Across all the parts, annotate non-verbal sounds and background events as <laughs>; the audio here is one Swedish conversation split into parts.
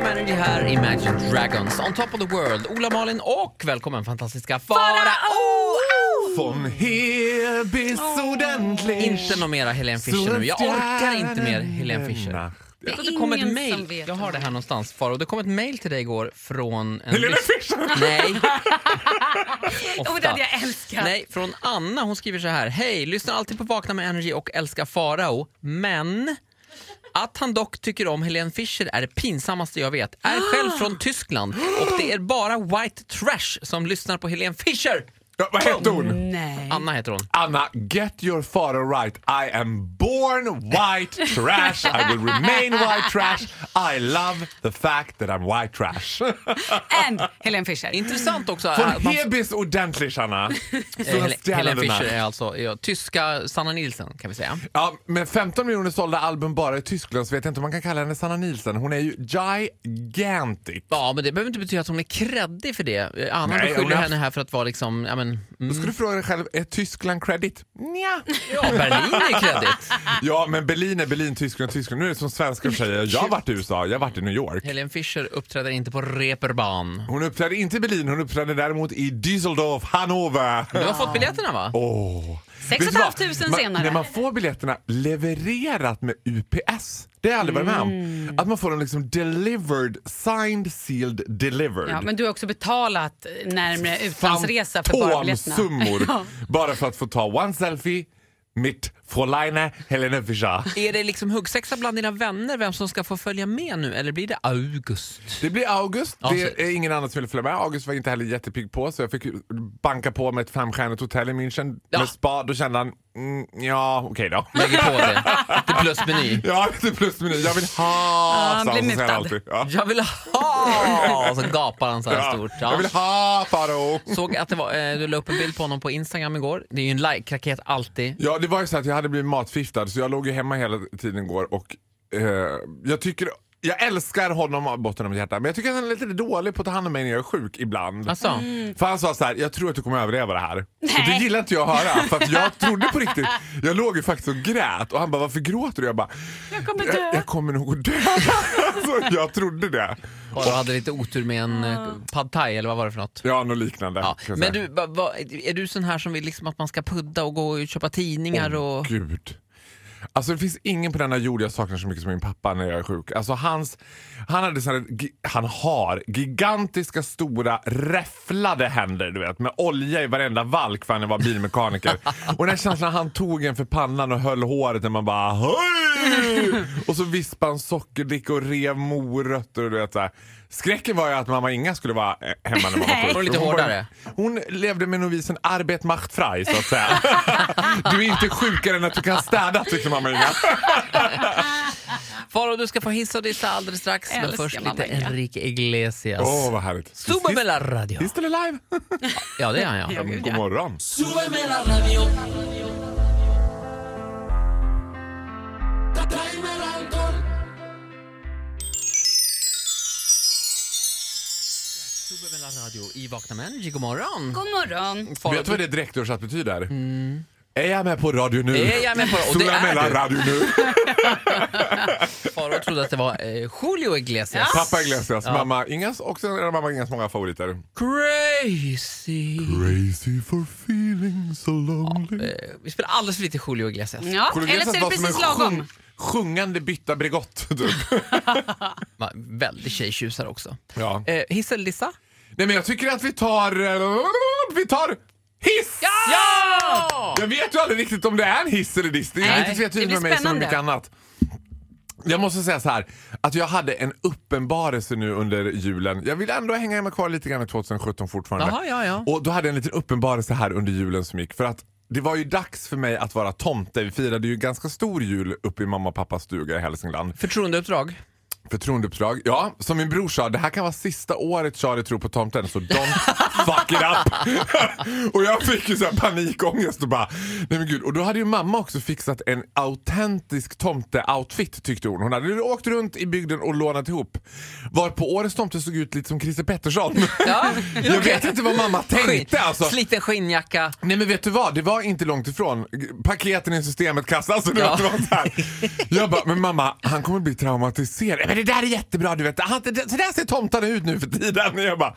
Energy här, Imagine Dragons, On Top of the World. Ola-Malin och välkommen fantastiska Farao! Von Hebis ordentligt. Inte någon mera Helene Fischer nu. Jag orkar inte mer Helene Fischer. Det Vet du att det kom ett ingen mail. som vet Jag har om det här någonstans Farao. Det kom ett mail till dig igår från en... Helene lys- <laughs> Fischer! Nej. Och det hade jag älskat. Nej, från Anna. Hon skriver så här. Hej, lyssnar alltid på Vakna med Energy och älskar Farao, men att han dock tycker om Helene Fischer är det pinsammaste jag vet. Ah! Är själv från Tyskland och det är bara white trash som lyssnar på Helene Fischer. Ja, vad hette Mm. hon? Nej. Anna heter hon. Anna, get your father right. I am born white trash. I will remain white trash. I love the fact that I'm <laughs> white trash. And Helen Fischer. Intressant också. att Von man- Hebis ordentligt, Anna. Eh, Stora Hel- Helene stjärnan Fischer är alltså ja, tyska Sanna Nielsen kan vi säga. Ja, med 15 miljoner sålda album bara i Tyskland så vet jag inte om man kan kalla henne Sanna Nielsen. Hon är ju gigantic. Ja, men det behöver inte betyda att hon är kreddig för det. Eh, Anna Nej, hon beskyller är henne här för att vara liksom, ja men, mm, Då ska du fråga dig själv, är Tyskland credit? <laughs> Nja. ja, Berlin är <laughs> kreddigt. Ja, men Berlin är Berlin, Tyskland är Tyskland. Nu är det som svenskar säger, jag har varit i USA, jag har varit i New York. Helene Fischer uppträder inte på reperban. Hon uppträdde inte i Berlin, hon uppträdde däremot i Düsseldorf, Hannover. Du har fått biljetterna va? Åh. Sex och ett Vet du halvt vad? tusen man, senare. När man får biljetterna levererat med UPS, det har jag aldrig varit med Mm. om. Att man får dem liksom delivered, signed, sealed, delivered. Ja, men du har också betalat eh, närmre utlandsresa för bara biljetterna. <laughs> Fantomsummor. Bara för att få ta one selfie, mitt Fräulein Helene Fischer. Är det liksom huggsexa bland dina vänner vem som ska få följa med nu eller blir det August? Det blir August. Ja, så- Det är ingen annan som vill följa med. August var inte heller jättepigg på så jag fick banka på med ett femstjärnigt hotell i München Ja. med spa. Då kände han, mm, ja okej då. <laughs> Lägger på det. Lite plusmeny. Ja, lite plusmeny. Jag vill ha, han sa blir så säger han mutad. alltid. Ja. Jag vill ha! Och så gapar han så här Ja. stort. Jag Ja. vill ha Faro. Såg att det var, eh, du la upp en bild på honom på Instagram igår. Det är ju en like-raket alltid. Ja, det var ju så att jag hade blivit matförgiftad så jag låg ju hemma hela tiden igår och eh, jag tycker jag älskar honom av botten av mitt hjärta men jag tycker att han är lite dålig på att ta hand om mig när jag är sjuk ibland. Alltså, För han sa så här, jag tror att du kommer överleva det här. Och det gillar inte jag att höra för att jag trodde på riktigt. Jag låg ju faktiskt och grät och han bara varför gråter du? Jag bara jag kommer dö. Jag, kommer nog att dö. <laughs> alltså, jag trodde det. bara hade lite otur med en eh, pad thai eller vad var det för något? Ja, något liknande. Ja. kan jag Men säga. du, va, va, är du sån här som vill liksom att man ska pudda och gå och köpa tidningar Åh, och... Gud. Alltså det finns ingen på denna jord jag saknar så mycket som min pappa när jag är sjuk. Alltså hans, han hade såna, gi- han har gigantiska stora räfflade händer du vet med olja i varenda valk för han var bilmekaniker. och den här känslan han tog en för pannan och höll håret när man bara Hej! Och så vispade han sockerdricka och rev morötter och du vet så här. Skräcken var ju att mamma Inga skulle vara eh, hemma när man var Nej. sjuk. Var det lite Hon var ju- hårdare? Hon levde med novisen arbet macht frei så att säga. <laughs> Du är inte sjukare än att du kan städa tyckte mamma Inga. Farao, du ska få hissa och dissa alldeles strax. Men Älskar först man lite det. Enrique Iglesias. Åh vad härligt. Suba med la radio. He's still alive. Ja, det är han ja. God morgon. Suba med la radio i Vakna med Energy. God morgon. God morgon. Farao, Vet du vad det direktöversatt betyder? Är jag med på radio nu? Mm. Är jag med på radio? Och det Sola är mellan du. radio <laughs> nu. Farao trodde att det var eh, Julio Iglesias. Pappa Iglesias, mamma Ingas och sen är det mamma Ingas många favoriter. Crazy! Crazy for feeling so lonely. Eh, Vi spelar alldeles för lite Julio Iglesias. Ja, Kolla, eller så är det var som precis en lagom. sjung- Sjungande bytta <laughs> brigott. Typ. Va, Väldigt tjejtjusare också. Ja. Eh, hiss eller dissa? Nej men jag tycker att vi tar... eh, Vi tar hiss! Ja! Jag vet ju aldrig riktigt om det är en hiss eller diss. Det är Nej, lite det tvetydigt blir med mig som med spännande. mycket annat. Jag måste säga så här, att jag hade en uppenbarelse nu under julen. Jag vill ändå hänga med kvar lite grann i 2017 fortfarande. Jaha, ja, ja. Och då hade jag en liten uppenbarelse här under julen som gick. För att det var ju dags för mig att vara tomte. Vi firade ju ganska stor jul uppe i mamma och pappas stuga i Hälsingland. Förtroendeuppdrag. Förtroendeuppdrag. Ja, som min bror sa, det här kan vara sista året Charlie tror på tomten så don't <laughs> fuck it up. <laughs> och jag fick ju så här panikångest och bara, nej men gud. Och då hade ju mamma också fixat en autentisk tomte-outfit tyckte hon. Hon hade åkt runt i bygden och lånat ihop. Varpå årets tomte såg ut lite som Christer Pettersson. Ja, <laughs> jag vet inte vad mamma tänkte alltså. Sliten skinnjacka. Nej men vet du vad, det var inte långt ifrån. G- Paketen i systemet kastas och det Ja. var så <laughs> här. Jag bara, men mamma han kommer bli traumatiserad. Men det där är jättebra du vet. Han, det, så där ser tomtarna ut nu för tiden. Jag bara,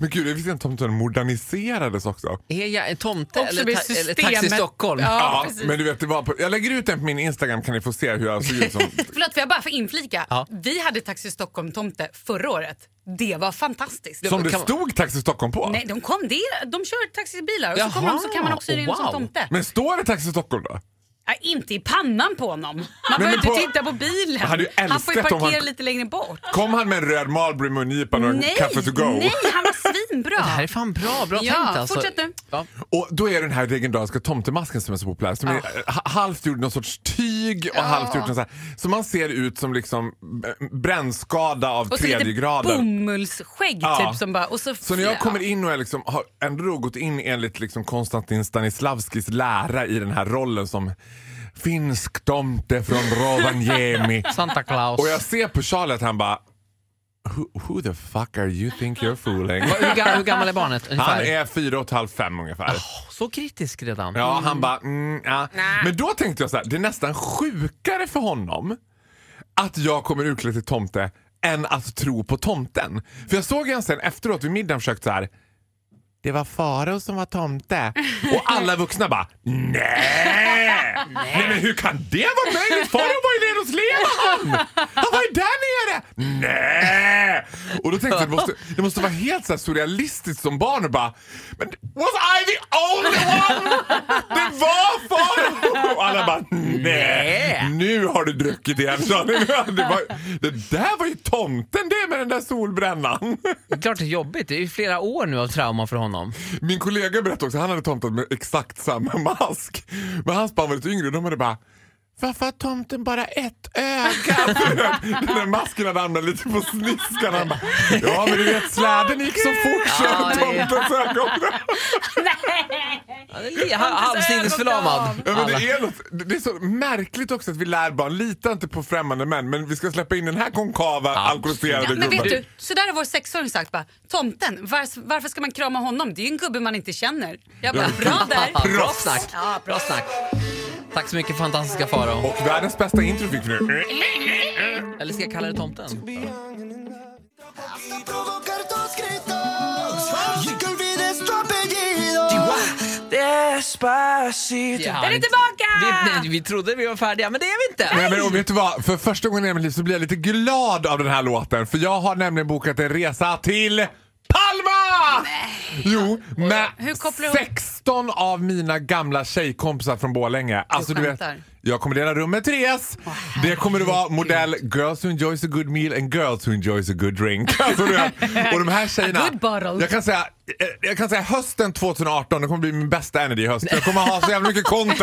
men gud jag visste inte att tomtarna moderniserades också. Är jag en tomte Också eller, blir ta- eller systemet- Taxi Stockholm? Ja. Ja, precis. men du vet, det var på, jag lägger ut den på min Instagram kan ni få se hur jag <laughs> såg ut som. Förlåt, får jag bara få inflika? Ja. Vi hade Taxi Stockholm-tomte förra året. Det var fantastiskt. Som det Kan- stod Taxi Stockholm på. Nej, de kom. Det är, de kör taxibilar och så, Jaha, kommer de, så kan man också hyra in wow. som tomte. Men står det Taxi Stockholm då? Ja, inte i pannan på honom. Man men behöver inte på- titta på bilen. Jag hade ju han får ju älskat om parkera han- lite längre bort. Kom han med en röd Marlboro i mungipan och en Nej, kaffe to go? nej, han var svinbra. Det här är fan bra, bra Ja, tänkt alltså. fortsätt nu. Ja. Och då är den här legendariska tomtemasken som är så populär. Som är eh, ha- halvt gjord i någon sorts tyg och halvt gjord någon så här. Så man ser ut som liksom b- brännskada av Och så tredje lite graden. bomullsskägg Ja. typ som bara... Och så, Så när jag kommer in och jag liksom har ändå då gått in enligt liksom Konstantin Stanislavskis lära i den här rollen som finsk tomte från <laughs> Rovaniemi. Santa Claus. och jag ser på Charlie att han bara who, who the fuck are you think <laughs> you're fooling? Vad- Hur, ga- hur gammal är barnet ungefär? Han är fyra och ett halvt, fem ungefär. Så kritisk redan. Ja, han bara mm, ja. Men då tänkte jag så här, det är nästan sjukare för honom att jag kommer utklädd till tomte än att tro på tomten. För jag såg han sen efteråt vid middagen försökt så här. Det var Farao som var tomte. Och alla vuxna bara nej! Nej men hur kan det vara möjligt? Farao var ju nere hos Levan! Han var ju där nere! Nej! Och då tänkte jag det måste, det måste vara helt så här surrealistiskt som barn och bara Men was I the only one? Det var Farao! Och alla bara nej! Nej. Nu har du druckit igen <laughs> Charlie. Det, var, det där var ju tomten det med den där solbrännan. Det är klart det är jobbigt. Det är ju flera år nu av trauma för honom. Min kollega berättade också, han hade tomtat med exakt samma <laughs> mask. Men hans barn var lite yngre och de hade bara varför har tomten bara ett öga? <laughs> Den där masken hade hamnat lite på sniskan. Han bara, ja men du vet släden gick så fort så Ja, det är- tomtens ögon... Han är li- ha- halvsinnesförlamad. Ja, men Alla. det, är något, det det är så märkligt också att vi lär barn, lita inte på främmande män men vi ska släppa in den här konkava alkoholiserade Ja, gubben. men vet du, så där har vår sexåring sagt bara. Tomten, varför, varför ska man krama honom? Det är ju en gubbe man inte känner. Jag bara, bra <laughs> Ja, där. Bra snack. Bra snack. Tack så mycket fantastiska Farao. Och världens bästa intro fick vi nu. Eller ska jag kalla dig tomten? Hasta provocar tus gritos y que olvides tu apellido. Den Den är tillbaka! Vi, nej, vi trodde vi var färdiga, men det är vi inte. Nej, men, och vet du vad? För första gången i mitt liv så blir jag lite glad av den här låten. För jag har nämligen bokat en resa till Palma! Jo, med Hur kopplar du- 16 av mina gamla tjejkompisar från Borlänge. Alltså, du vet, skämtar. jag kommer dela rum med Therese. det kommer det vara modell girls who enjoys a good meal and girls who enjoys a good drink. <laughs> Alltså, du vet, och de här tjejerna. A good bottle. Jag kan, säga, eh, jag kan säga hösten 2018, det kommer bli min bästa energy i höst. Jag kommer ha så jävla mycket content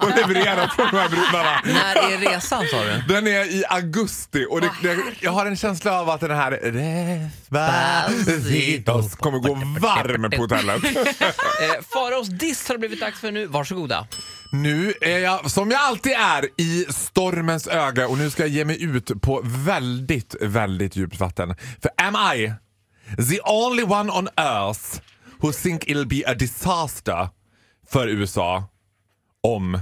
att leverera från de här brudarna. När är resan sa du? Den är i augusti och det, det, jag har en känsla av att den här Despacito kommer gå varm på hotellet. Eh, Faraos diss har det blivit dags för nu. Varsågoda. Nu är jag, som jag alltid är, i stormens öga och nu ska jag ge mig ut på väldigt, väldigt djupt vatten. För am I the only one on earth who think it'll be a disaster för USA om...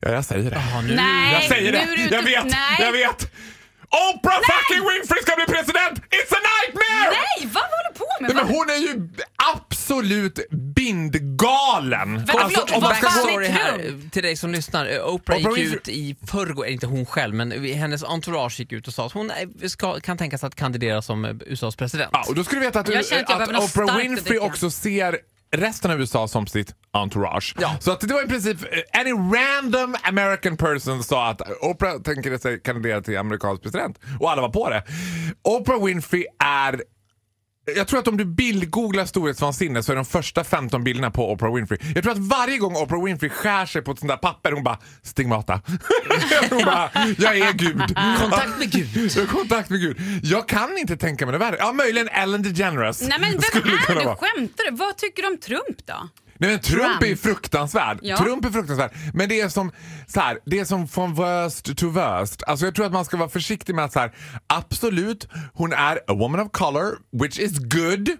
Ja, jag säger det. Nej, Jag säger nu är du det! ute- Jag vet! Nej. Jag vet! Oprah fucking Winfrey ska bli president! It's a nightmare! Nej, vad håller du på med? Nej, men Vad- hon är ju absolut bindgalen! Alltså, Vänta, förlåt, om man vad ska fan gå- är Sorry Trump. här eh, till dig som lyssnar. Eh, Oprah gick Oprah ju ut Winfrey- i förrgår, eh, inte hon själv, men eh, hennes entourage gick ut och sa att hon eh, ska, kan tänka sig att kandidera som eh, USAs president. Ja, och då ska du veta att, Jag känner att jag behöver att något Oprah starkt att Winfrey dricka. också ser resten av USA som sitt entourage. Ja. Så att det var i princip eh, any random American person sa att Oprah tänker sig kandidera till amerikansk president. Och alla var på det. Oprah Winfrey är Jag tror att om du bildgooglar storhetsvansinne så är de första 15 bilderna på Oprah Winfrey. Jag tror att varje gång Oprah Winfrey skär sig på ett sånt där papper, hon bara stigmata. <laughs> hon bara, jag är gud. Kontakt med Gud. Jag har <laughs> kontakt med Gud. Jag kan inte tänka mig det värre. Ja, möjligen Ellen DeGeneres. Nej men vem skulle är kunna du? vara. Skämtar du? Vad tycker du om Trump då? Nej, men Trump, Trump. är fruktansvärd. Ja. Trump är fruktansvärd. Men det är som så här, det är som från worst to worst. Alltså jag tror att man ska vara försiktig med att så här, absolut, hon är a woman of color, which is good. Eh,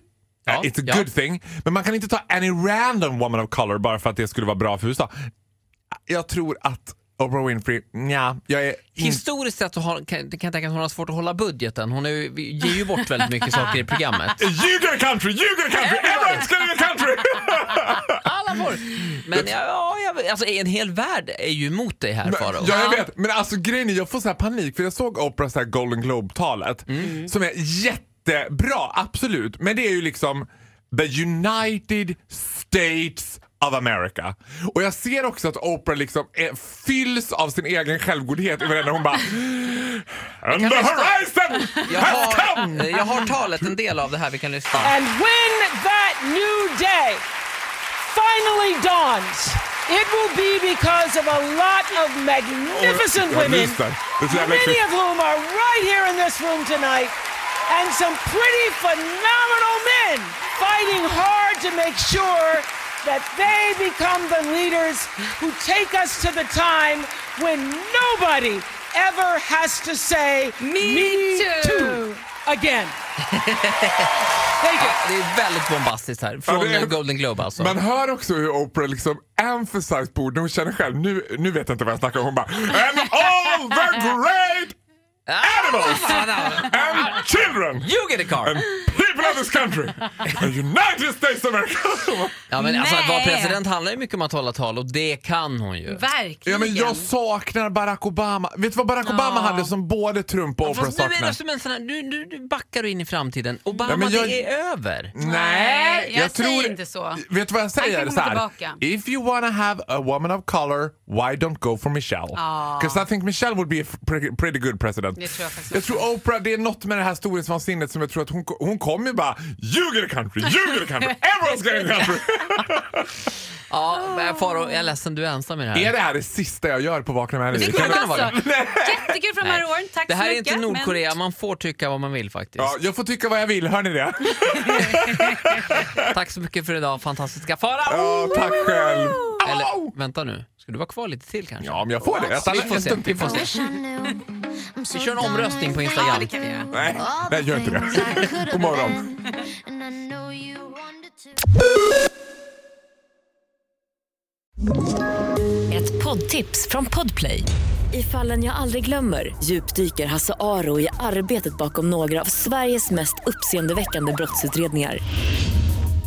Ja, It's a ja. good thing. Men man kan inte ta any random woman of color bara för att det skulle vara bra för USA. Jag tror att Oprah Winfrey, nja, jag är inte... Historiskt sett så har, kan, kan jag tänka att hon har svårt att hålla budgeten. Hon är, ju- vi ger ju bort väldigt mycket saker i <laughs> programmet. Ljuger country, ljuger country, everyone's gonna country! Alla får. Men ja, ja, jag, alltså, en hel värld är ju emot dig här Farao. Ja, jag vet. Men alltså grejen är, jag får så här panik för jag såg Oprahs så här Golden Globe-talet som är jättebra, absolut. Men det är ju liksom the United States of America. Och jag ser också att Oprah liksom är, fylls av sin egen självgodhet i varenda hon bara And the lyssna. horizon Jag has har, come! jag har talet, en del av det här vi kan lyssna. Äh, Ah. And when that new day finally dawns, it will be because of a lot of magnificent Oh, women, just that. It's that many magnificent. of whom are right here in this room tonight, and some pretty phenomenal men fighting hard to make sure that they become the leaders who take us to the time when nobody ever has to say, Me too." too again. Thank you. Det är väldigt bombastiskt här. Ja, Från det är- eh, Golden Globe alltså. Man hör också hur Oprah liksom emphasize på ord när hon känner själv, nu, nu vet jag inte vad jag snackar om, hon bara And all the great animals! Fan, ja. and children You get a car! and people of this country and United States of America. Ja, men alltså, att vara Nej. president handlar ju mycket om att hålla tal och det kan hon ju. <laughs> Ja, Verkligen. men jag saknar Barack Obama. Vet du vad Barack Obama hade som både Trump och Oprah Fast nu, är saknar? det som en sån här, nu, nu, nu backar du in i framtiden. Obama, Ja, men jag- det är över. Nej, jag säger inte så. Vet du vad jag säger? komma Så här, tillbaka. if you wanna have a woman of color, why don't go for Michelle? Because I think Michelle would be a pre- pretty good president. Det tror jag faktiskt jag tror Oprah, det är något med det här storhetsvansinnet som jag tror att hon, hon kommer ju bara You get a country, you get a <laughs> country, everyone's getting a country. Ja, men Faro, jag är ledsen, du är ensam i det här. Är det här det sista jag gör på Vakna med Energy? Det Kan kommer vi- kunna vara det. Jättekul för de här åren. Tack Det här så är mycket. inte men- Nordkorea, man får tycka vad man vill faktiskt. Ja, jag får tycka vad jag vill, hör ni det? <laughs> Tack så mycket för idag, fantastiska Farao! Ja, tack själv. Eller vänta nu, ska du vara kvar lite till kanske? Ja, om jag får det. Jag Vi stannar får en se. stund Vi, till. får se. vi kör en omröstning på Ja, Instagram. det kan vi göra. Nej, nej, gör inte det. God God morgon. morgon. And I know you wanted to. Ett poddtips från Podplay. I fallen jag aldrig glömmer djupdyker Hasse Aro i arbetet bakom några av Sveriges mest uppseendeväckande brottsutredningar.